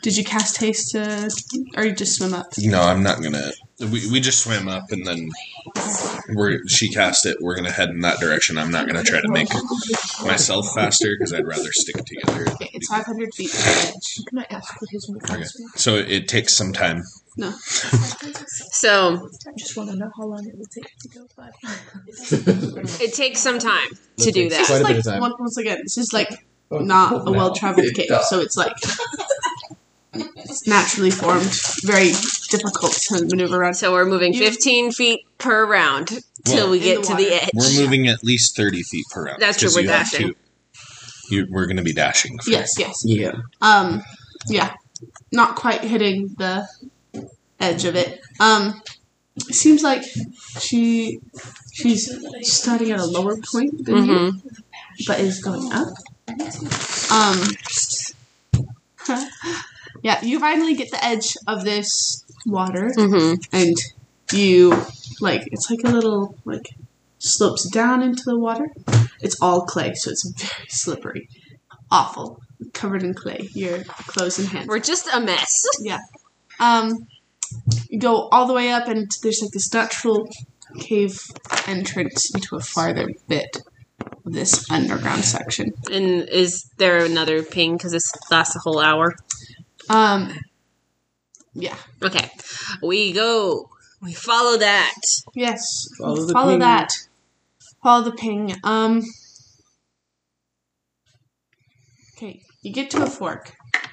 Did you cast haste to... Or you just swim up?
No, I'm not gonna. We, we just swam up, and then we're she cast it. We're gonna head in that direction. I'm not gonna try to make myself faster because I'd rather stick together.
Okay, it's 500 feet to the edge.
Can I ask what his new
Okay.
is?
So it takes some time.
So
I just want to know how long it would take to go by.
it takes some time to do
This
that.
Quite
is
a bit of
like,
time.
once once again, this is like
Oh,
not a
now.
well-traveled
It
cave,
does.
so it's like it's naturally formed, very difficult to maneuver around.
So we're moving
You-
15 feet per round till
Well,
we
In
get
the
to the
water.
edge.
We're moving at least thirty feet per round.
That's true,
'cause
we're
you have
dashing.
two.
You, we're going to be dashing.
Yes, yes.
Yeah.
Um, yeah, not quite hitting the edge of it. Um, it seems like she she's starting at a lower point than you,
Mhm.
but is going up. Um, yeah, you finally get the edge of this water,
Mhm.
and you like it's like a little like slopes down into the water. It's all clay, so it's very slippery, awful, covered in clay. Your clothes and hands.
We're just a mess.
Yeah. Um, you go all the way up, and there's like this natural cave entrance into a farther bit of this underground section.
And is there another ping? Because this lasts a whole hour.
Um, yeah.
Okay, we go. We follow that.
Yes.
Follow
Follow,
the ping.
that. Follow the ping. Um. Okay, you get to a fork, and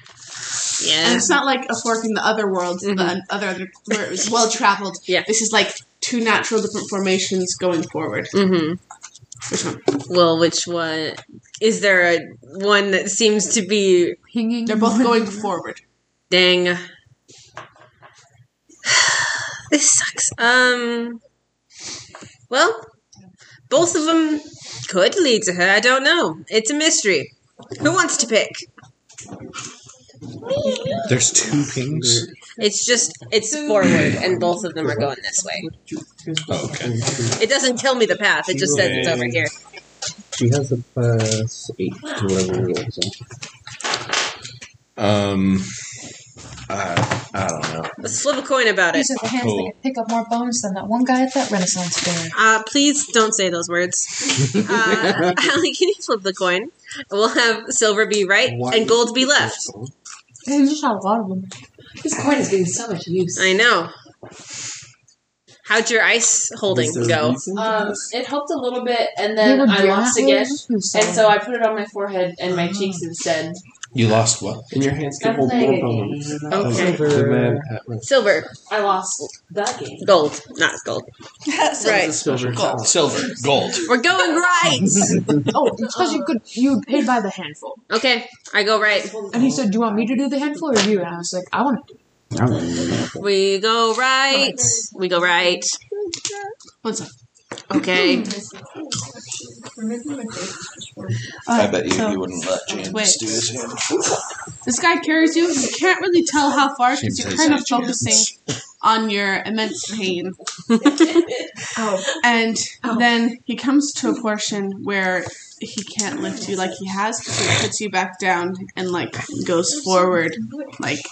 Yes.
it's not like a fork in the other world,
Mhm.
the other other where it was well traveled.
Yeah.
This is like two natural different formations going forward.
Mm-hmm.
Which one?
Well, which one? Is there a one that seems to be
Hanging.
They're both going forward.
dang? this sucks. Um. Well, both of them could lead to her. I don't know. It's a mystery. Who wants to pick?
There's two pings.
It's just it's forward, and both of them are going this way.
Oh,
okay.
It doesn't tell me the path. It just says it's over here.
She has a plus eight to whatever it is.
Um, I, I don't know.
Let's flip a coin about it.
These are the hands
Cool.
that can pick up more bones than that one guy at that Renaissance fair.
Uh, please don't say those words. Uh, Allie, can you flip the coin? We'll have silver be right and gold be left.
There's just not a lot of them.
This coin is getting so much use.
I know. How'd your ice holding go?
Um, it helped a little bit, and
They
then
were
I lost
black.
again,
And
and so I put it on my forehead and my
Oh.
cheeks instead.
You lost what?
And your hands
I'm
can hold
playing
more
a game.
bones.
Okay.
The man at
Silver,
I lost the game.
gold, not gold.
the
Right.
silver.
Silver, gold.
We're going right.
Oh, it's because you could you paid by the handful.
Okay, I go right.
And he said, "Do you want me to do the handful or you?" And I was like, "I want to." do
We go right. We go right.
One second.
Okay.
I bet you
So-
you wouldn't let James
Wait.
do this. Here.
This guy carries you. You can't really tell how far because
Seems
you're
like
kind of
such a
focusing on your immense pain.
Oh.
And then he comes to a portion where he can't lift you like he has, so he puts you back down and like goes forward like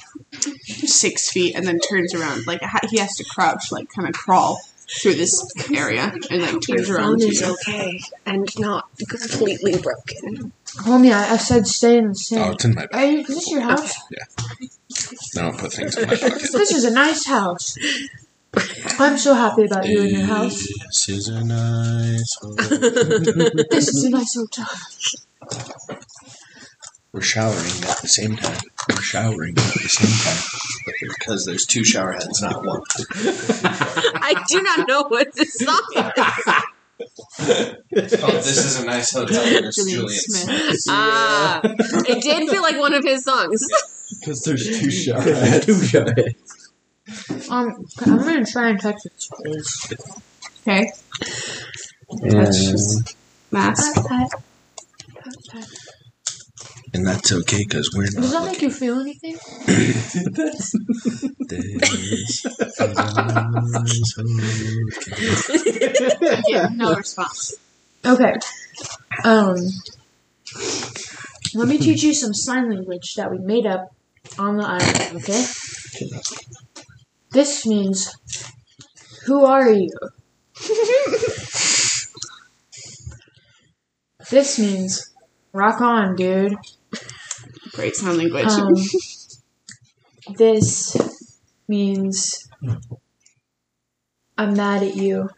six feet and then turns around. Like ha- he has to crouch, like kind of crawl through this area and like turns around to you.
okay and not completely broken.
it." Homie, I, I said stay in the
Oh,
same.
it's in my.
Are you, is this your house?
I don't put things in my pocket.
This is a nice house. I'm so happy about you and your house.
This is a nice. home.
This is a nice hotel.
We're showering at the same time. We're showering at the same time. Because there's two shower heads, not one.
I do not know what this song is.
Oh, this is a nice hotel. There's
Julian
Julian
Smith.
Smith.
Ah, it did feel like one of his songs.
Because there's two showerheads.
Two showerheads.
Um, I'm gonna try and touch this place.
Okay,
And
mask.
And that's okay because we're
Does
not.
that make you feel anything?
This is a nice hotel.
Yeah, no response.
Okay. Um, let me teach you some sign language that we made up on the island. Okay. This means, "Who are you?" this means, "Rock on, dude."
Great sound language.
Um, this means I'm mad at you.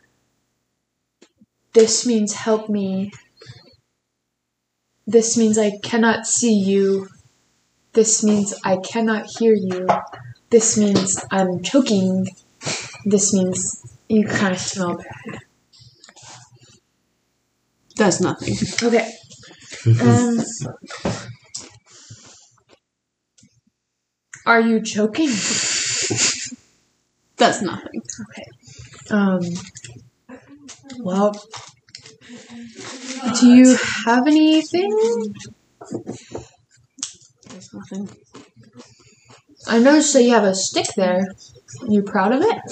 This means help me. This means I cannot see you. This means I cannot hear you. This means I'm choking. This means you kind of smell bad.
Does nothing.
Okay. Um, are you choking?
That's nothing.
Okay. Um, well, do you have anything?
There's nothing.
I noticed that you have a stick there. Are you proud of it?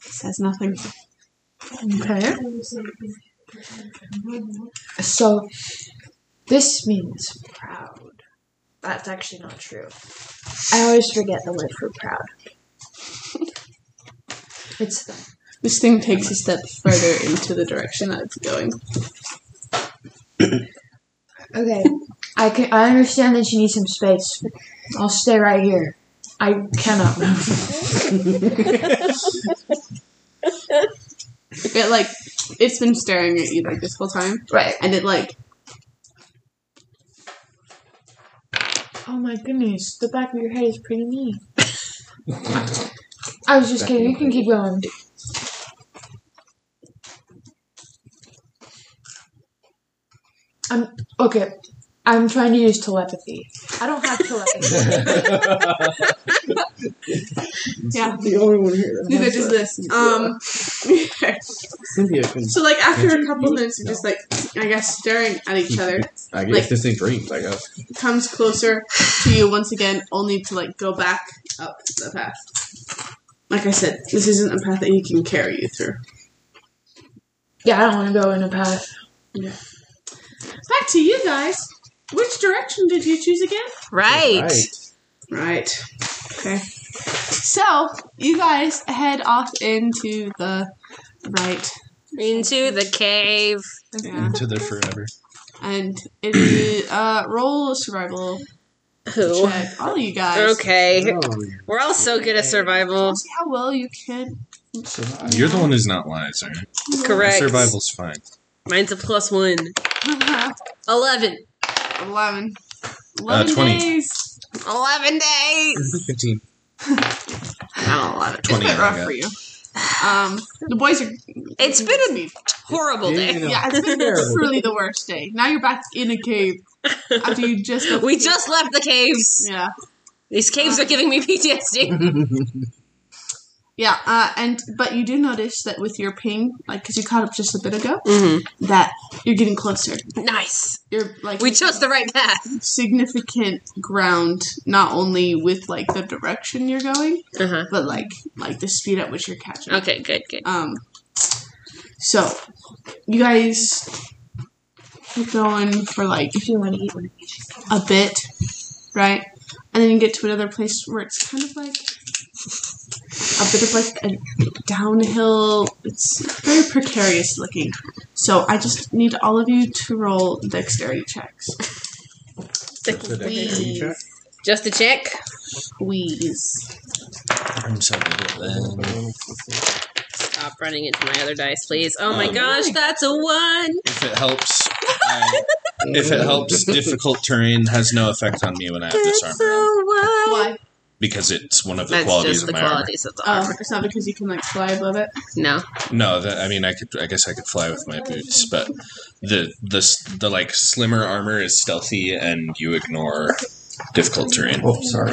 Says nothing.
Okay. So, this means proud. That's actually not true. I always forget the word for proud. It's
This thing takes a step further into the direction that it's going.
okay. I can. I understand that you need some space. I'll stay right here. I cannot move.
It like it's been staring at you like this whole time.
Right.
And it like
oh my goodness, the back of your head is pretty neat. I was just kidding. You can keep going. I'm okay. I'm trying to use telepathy. I don't have telepathy.
yeah.
The only one here.
Neither does this. Um
Cynthia can.
so like after a couple minutes of just like I guess staring at each other,
I guess
like-
this thing dreams. I guess.
comes closer to you once again, only to like go back up the path. Like I said, this isn't a path that he can carry you through.
yeah, I don't want to go in a path.
Back to you guys. Which direction did you choose again?
Right.
Right. Okay. So you guys head off into the right,
Into the cave.
yeah.
Into the forever.
and it is uh, roll a survival
Who?
check. All you guys.
Okay. We're all so good at survival.
See how well you can.
You're the one who's not wiser.
Correct.
Survival's fine.
Mine's a plus one. Eleven.
Eleven. Eleven
20.
days.
Eleven days.
Fifteen.
I
Oh,
don't love it. it's
20
a bit
I
rough
got.
for you. Um, the boys are.
It's been a horrible
You
day.
know,
Yeah, it's been
Terrible.
truly the worst day. Now you're back in a cave after you just. got-
We just left the caves.
Yeah.
These caves are giving me PTSD.
Yeah, uh, and but you do notice that with your ping, like because you caught up just a bit ago,
Mm-hmm.
that you're getting closer.
Nice.
You're like
We chose the right path.
significant ground, not only with like the direction you're going,
Uh-huh.
but like like the speed at which you're catching.
Okay, good, good.
Um. So, you guys are going for like
If you want to eat one of each.
a bit, right? And then you get to another place where it's kind of like a bit of like a downhill. It's very precarious looking. So I just need all of you to roll dexterity checks.
Dexterity check.
Just a check.
Please.
I'm so good at that.
Stop running into my other dice, please. Oh my gosh, that's a one.
If it helps, I, if it helps, difficult terrain has no effect on me when I have this
That's
armor
a one.
Why?
because it's one of the
That's
qualities
just
of
the
my
qualities of the
Oh,
armor.
it's not because you can like fly above it.
No.
armor. No, that, I mean, I could, I guess, I could fly with my boots, but the the s- the like slimmer armor is stealthy, and you ignore difficult terrain.
Oh, sorry.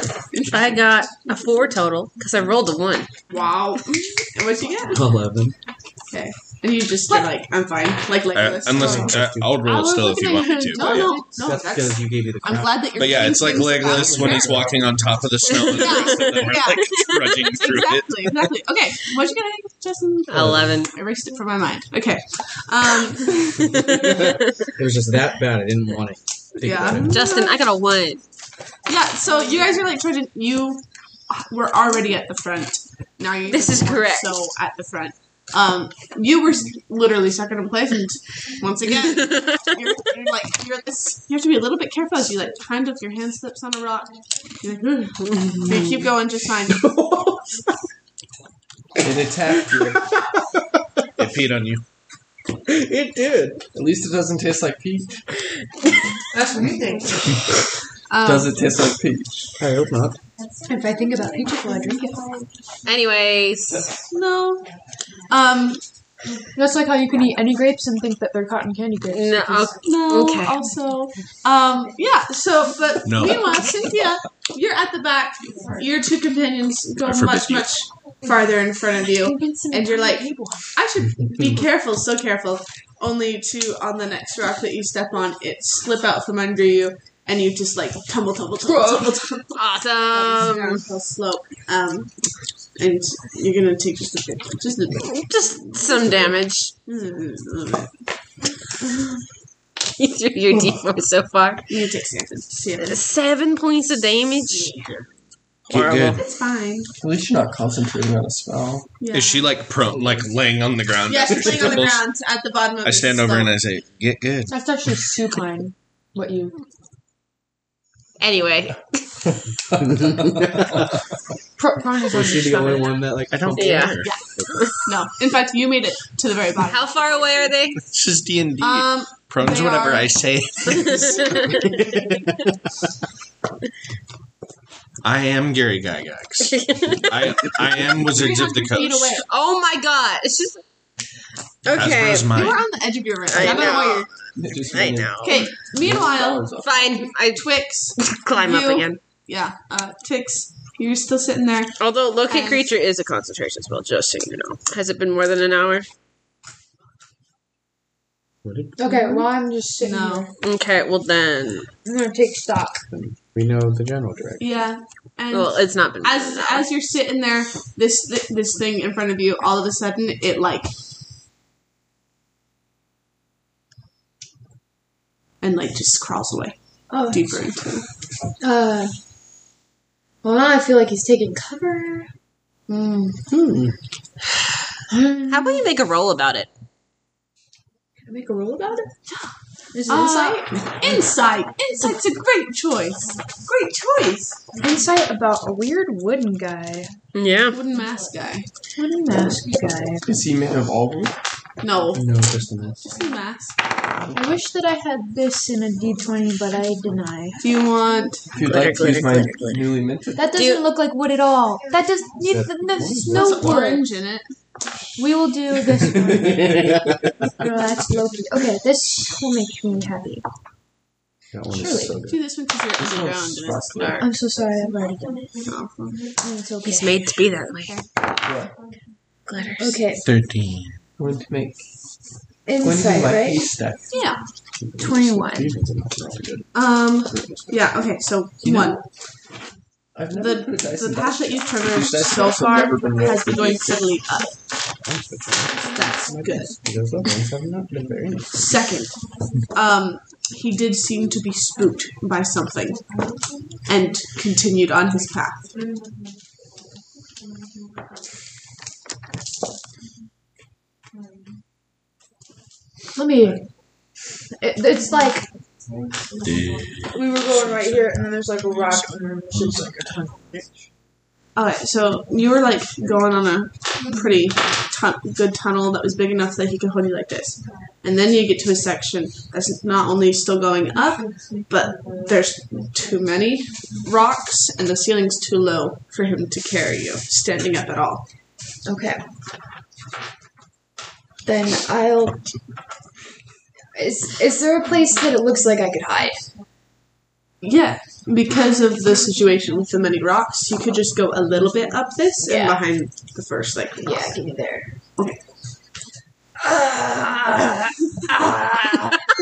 I got a four total because I rolled a one.
Wow. And what you get?
Eleven.
Okay. And you just are like, I'm fine. Like like
Uh,
this.
unless uh, I'll roll it still if you want me to.
No,
But,
no, no.
That's because
that's-
you gave me the
I'm
crap.
glad that you're.
but yeah,
saying
it's like
things about
Legolas when he's
her.
walking on top of the snow and the rest of them are
Yeah.
like trudging through it.
Exactly, exactly. Okay, what you gonna do, Justin?
Oh.
Eleven.
I erased it from my mind. Okay. Um,
It was just that bad. I didn't want to think
Yeah.
about it.
Justin, I got a one.
yeah, so you guys are like trying to. You were already at the front. Now you're.
This is
even more
correct.
So at the front. Um, you were s- literally stuck in a place, and once again, you're, you're like you're this. You have to be a little bit careful as you like kind of your hand slips on a rock. You're like, "Ugh." you keep going just fine.
It attacked you.
It peed on you.
it did. At least it doesn't taste like peach.
That's what you think.
Um,
Does it taste like peach?
I hope not.
If I think about peach, will I drink it?
Anyways,
No. Um,
That's like how you can eat any grapes and think that they're cotton candy grapes.
No,
because-
No.
Okay.
Also, um, yeah. So, but
No.
meanwhile, Cynthia, you're at the back. Your two companions go
I forbid
much,
you.
much farther in front of you,
Vincent,
and you're like, I should be careful, so careful. Only to on the next rock that you step on, it slip out from under you, and you just like tumble, tumble, tumble, tumble, tumble down
Awesome.
the slope. Um, and you're gonna take just a bit, just a bit. Mm,
Just some damage.
You
You threw your d4 so far.
take seven. Seven.
Seven points of damage.
Get good.
It's fine.
At least you're not concentrating on a spell.
Yeah.
Is she like prone, like laying on the ground?
Yeah, she's
after she
laying on the
tumbles?
ground at the bottom of
I
the
stand over
stone.
and I say, "Get good."
That's actually supine. What you?
Anyway,
Pro- prone is
Was she the only
undershot.
one that like? I don't.
yeah.
No, in fact, you made it to the very bottom.
How far away are they?
This is D and D.
Um,
Prone's
they
whatever
are-
I say. I am Gary Gygax. I I am Wizards of the
300 feet away.
Coast.
oh my god. It's just. Okay.
Hasbro's
you were
mine.
on the edge of your ring.
I
I, don't know why
know.
you're.
I know.
Okay. Meanwhile,
Fine. I
Twix.
climb up
You-
again.
Yeah, uh, Twix. You're still sitting there.
Although locate
Um,
creature is a concentration spell, just so you know. Has it been more than an hour?
Okay, well I'm just sitting.
No.
here.
Okay, well then.
I'm gonna take stock.
We know the general direction.
Yeah, and
Well, it's not been.
as as you're sitting there, this th- this thing in front of you, all of a sudden, it like and like just crawls away
Oh,
deeper into.
Uh, well now I feel like he's taking cover. Hmm.
Hmm.
Can
How about you make a roll about it?
I make a rule about it? Is it
Uh,
insight?
Insight. Insight's a great choice. Great choice.
Insight about a weird wooden guy,
Yeah.
Wooden mask guy.
wooden mask guy.
Is he made of all wood?
No.
No, just a mess.
Just a mask.
I wish that I had this in a D20, but I deny.
Do you want?
If you'd
Glitter,
like to use
glitter,
my
glitter, glitter.
newly minted.
That
Do
doesn't
you-
look like wood at all. That does. You,
That's
th-
the
there's
point.
no
There's
wood.
orange in it.
We will do this one. No, that's Loki. Okay, this will make me happy.
That one
Surely.
is so good.
Do this one because you're
This
underground
one's
and it's
sparkly.
dark.
I'm so sorry, I've already done it. It's okay.
He's made to be that way.
Okay,
Thirteen.
Going to make going to
insight,
be my
right?
ace stack.
Yeah.
21.
Um. Yeah. Okay. So
You know,
one.
I've never
The
put a dice
the
in
path
that.
that you've traversed
That's-
so
that's
far
never been
has been
rolled.
going steadily up. That's good.
Those other ones have not been very nice.
Second, um, he did seem to be spooked by something and continued on his path.
Let me. It, it's like we were going right here, and then there's like a rock, and then there's just like a ton.
Alright, so you were like going on a pretty tun- good tunnel that was big enough that he could hold you like this. And then you get to a section that's not only still going up, but there's too many rocks and the ceiling's too low for him to carry you standing up at all.
Okay. Then I'll. Is is there a place that it looks like I could hide?
Yeah, because of the situation with the many rocks, you could just go a little bit up this
Yeah.
and behind the first like
Yeah, give me there.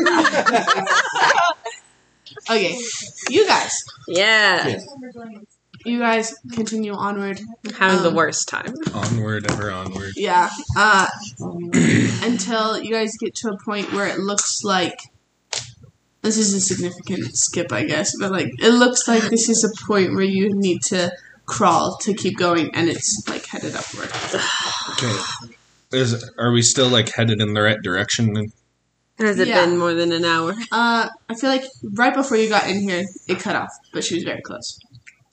Okay. Okay, you guys,
Yeah.
you guys continue onward.
Having the
Um,
worst time.
Onward, ever onward.
Yeah. Uh, until you guys get to a point where it looks like this is a significant skip, I guess, but like it looks like this is a point where you need to crawl to keep going, and it's like headed upward.
Okay. Is are we still like headed in the right direction?
Has it
Yeah.
been more than an hour?
Uh, I feel like right before you got in here, it cut off, but she was very close.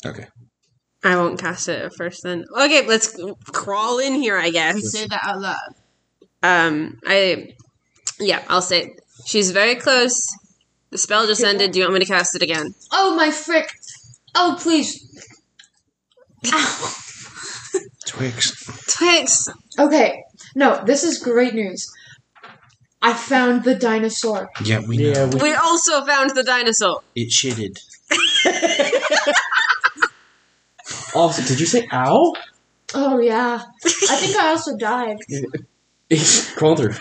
Okay.
I won't cast it at first then. Okay, let's crawl in here, I guess.
Say that out loud.
Um, I. Yeah, I'll say it. She's very close. The spell just ended. Do you want me to cast it again?
Oh my frick! Oh please.
Twix.
Twix!
Okay. No, this is great news. I found the dinosaur.
Yeah, we know.
We also found the dinosaur.
It shitted.
Also, did you say ow?
Oh yeah. I think I also died.
He's crawling through.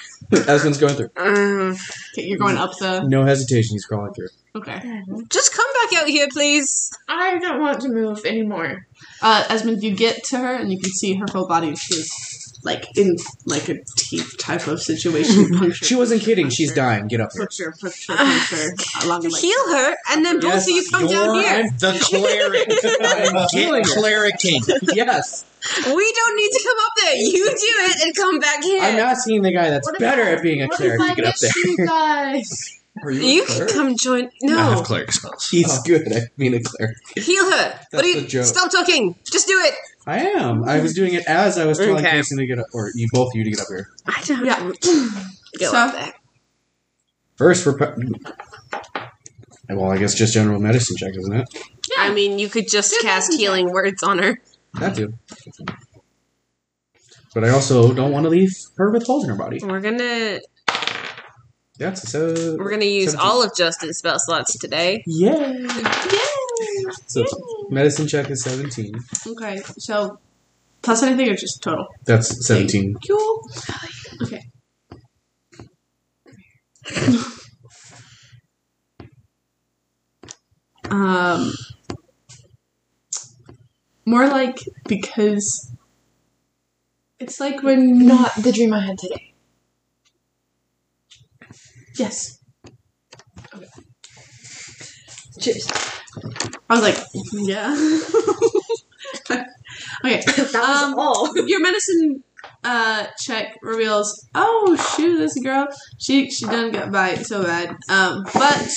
Esmond's going through.
Um,
Okay, you're going up the.
No hesitation, he's crawling through.
Okay.
just come back out here, please.
I don't want to move anymore.
Uh, Esmond, you get to her and you can see her whole body is like in like a teeth type of situation. puncture,
She wasn't kidding, she's dying. Get up here.
puncture, puncture, puncture. along the leg.
Heal her, and then both of you come down here.
The cleric.
Healing
Get
her.
clericing.
yes.
We don't need to come up there. You do it and come back here.
I'm not seeing the guy that's
What if
better
I-
at being a
what
cleric
if I
to get up
get
there.
you guys?
Are
you can come join.
I have
No,
cleric spells.
He's good at being a cleric.
heal her. What do
That's
you?
the joke.
Stop talking. Just do it.
I am. I was doing it as I was telling
Okay.
Jason to get up, or you both of you to get up here.
I don't.
Yeah.
Go
So-
up there.
First, we're. Pre- well, I guess just general medicine check, isn't it?
I mean, you could just cast healing words on her.
That too. But I also don't want to leave her with holes in her body.
We're gonna
That's so.
we're gonna use
Seventeen.
all of Justin's spell slots today.
Yay! Yay! So medicine check is seventeen.
Okay, so plus anything or just total?
That's seventeen.
Cool. Okay. um, more like because it's like when
Not the dream I had today.
yes,
Cheers.
I was like yeah. okay, um,
all.
your medicine uh, check reveals, oh shoot, this girl, she she done got bite so bad. Um, but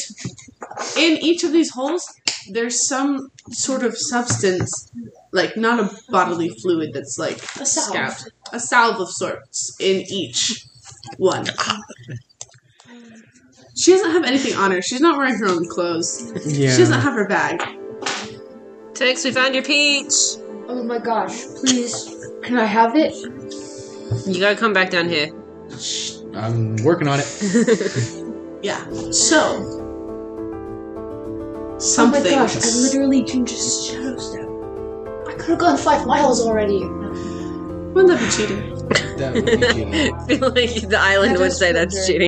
in each of these holes, there's some sort of substance, like not a bodily fluid that's like
A salve.
scabs- a salve of sorts in each one. She doesn't have anything on her. She's not wearing her own clothes.
Yeah.
She doesn't have her bag.
Tix, we found your peach.
Oh my gosh! Please, can I have it?
You gotta come back down here.
I'm working on it.
Yeah. So something.
Oh my gosh! I literally can just shadow step. I could have gone five miles already.
Wouldn't that be cheating?
That would be cheating.
I feel like the island
That
would
is
say that's
true.
cheating.